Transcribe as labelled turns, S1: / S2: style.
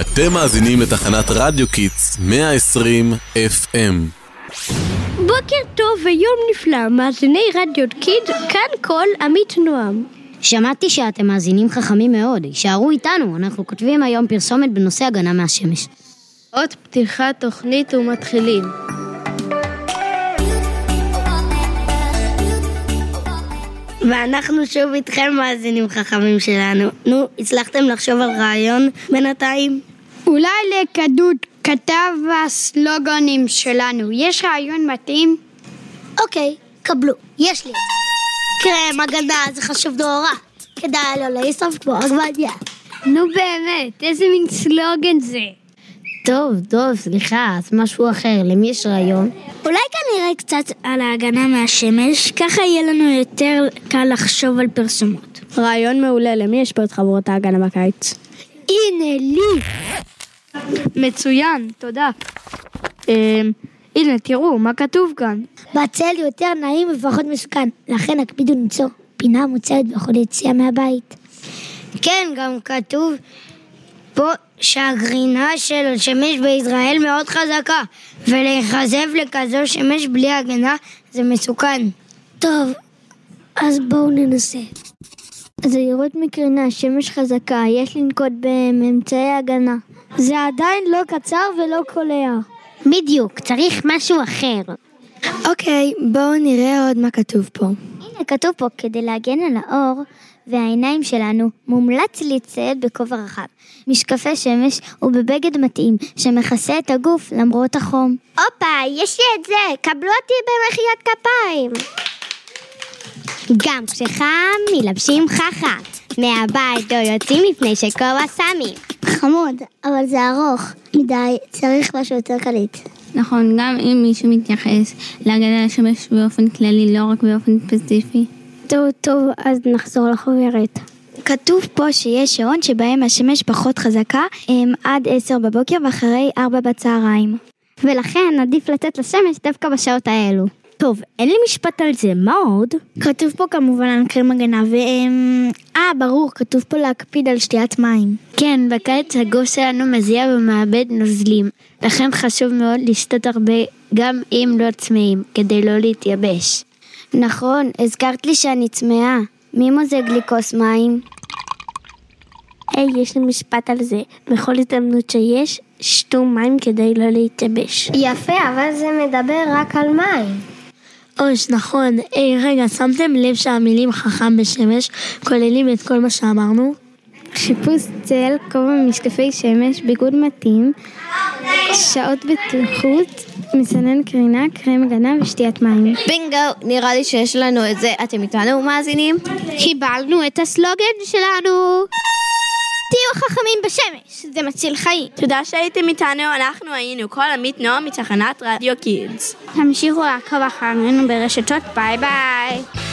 S1: אתם מאזינים לתחנת רדיו קיטס 120 FM.
S2: בוקר טוב ויום נפלא, מאזיני רדיו קיד, כאן כל עמית נועם.
S3: שמעתי שאתם מאזינים חכמים מאוד, הישארו איתנו, אנחנו כותבים היום פרסומת בנושא הגנה מהשמש.
S4: אות פתיחת תוכנית ומתחילים.
S2: ואנחנו שוב איתכם מאזינים חכמים שלנו. נו, הצלחתם לחשוב על רעיון בינתיים?
S5: אולי לכדוד כתב הסלוגנים שלנו, יש רעיון מתאים?
S6: אוקיי, קבלו, יש לי. קרם הגנה זה חשוב נורא, כדאי לו לאיסוף כמו עגבניה.
S5: נו באמת, איזה מין סלוגן זה?
S3: טוב, טוב, סליחה, אז משהו אחר, למי יש רעיון?
S6: אולי כנראה קצת על ההגנה מהשמש, ככה יהיה לנו יותר קל לחשוב על פרסומות.
S4: רעיון מעולה, למי יש פה את חבורת ההגנה בקיץ?
S6: הנה לי!
S4: מצוין, תודה. אמ, הנה, תראו, מה כתוב כאן?
S6: בצל יותר נעים ופחות מסוכן, לכן הקפידו למצוא פינה מוצעת בכל יציאה מהבית.
S3: כן, גם כתוב פה שהקרינה של השמש בישראל מאוד חזקה, ולהיחשף לכזו שמש בלי הגנה זה מסוכן.
S6: טוב, אז בואו ננסה.
S7: זהירות מקרינה, שמש חזקה, יש לנקוט באמצעי הגנה. זה עדיין לא קצר ולא קולע.
S3: בדיוק, צריך משהו אחר.
S4: אוקיי, בואו נראה עוד מה כתוב פה.
S7: הנה, כתוב פה, כדי להגן על האור והעיניים שלנו, מומלץ להצטייד בכובע רחב, משקפי שמש ובבגד מתאים, שמכסה את הגוף למרות החום.
S6: הופה, יש לי את זה! קבלו אותי במחיאות כפיים!
S3: גם כשחם, מלבשים חכה. מהבית לא יוצאים לפני שכובע שמים.
S6: חמוד, אבל זה ארוך מדי, צריך משהו יותר קליט.
S8: נכון, גם אם מישהו מתייחס להגנה על השמש באופן כללי, לא רק באופן ספציפי.
S7: טוב, טוב, אז נחזור לחוברת. כתוב פה שיש שעון שבהם השמש פחות חזקה הם עד עשר בבוקר ואחרי ארבע בצהריים. ולכן עדיף לתת לשמש דווקא בשעות האלו.
S3: טוב, אין לי משפט על זה, מה עוד?
S7: כתוב פה כמובן על קרם הגנה, והם... אה, ברור, כתוב פה להקפיד על שתיית מים.
S8: כן, בקיץ הגוף שלנו מזיע ומאבד נוזלים, לכן חשוב מאוד לשתות הרבה, גם אם לא צמאים, כדי לא להתייבש.
S7: נכון, הזכרת לי שאני צמאה. מי מוזג לי כוס מים? היי, יש לי משפט על זה. בכל הזדמנות שיש, שתו מים כדי לא להתייבש.
S6: יפה, אבל זה מדבר רק על מים.
S7: אוש, נכון. היי, רגע, שמתם לב שהמילים חכם בשמש כוללים את כל מה שאמרנו?
S8: חיפוש צל, כובע משקפי שמש, ביגוד מתאים, שעות בטיחות, מסנן קרינה, קרם הגנה ושתיית מים.
S4: בינגו, נראה לי שיש לנו את זה. אתם איתנו מאזינים?
S8: קיבלנו את הסלוגן שלנו!
S6: תהיו חכמים בשמש, זה מציל חיים.
S9: תודה שהייתם איתנו, אנחנו היינו כל עמית נועם מתחנת רדיו קידס.
S8: תמשיכו לעקוב אחרינו ברשתות ביי ביי!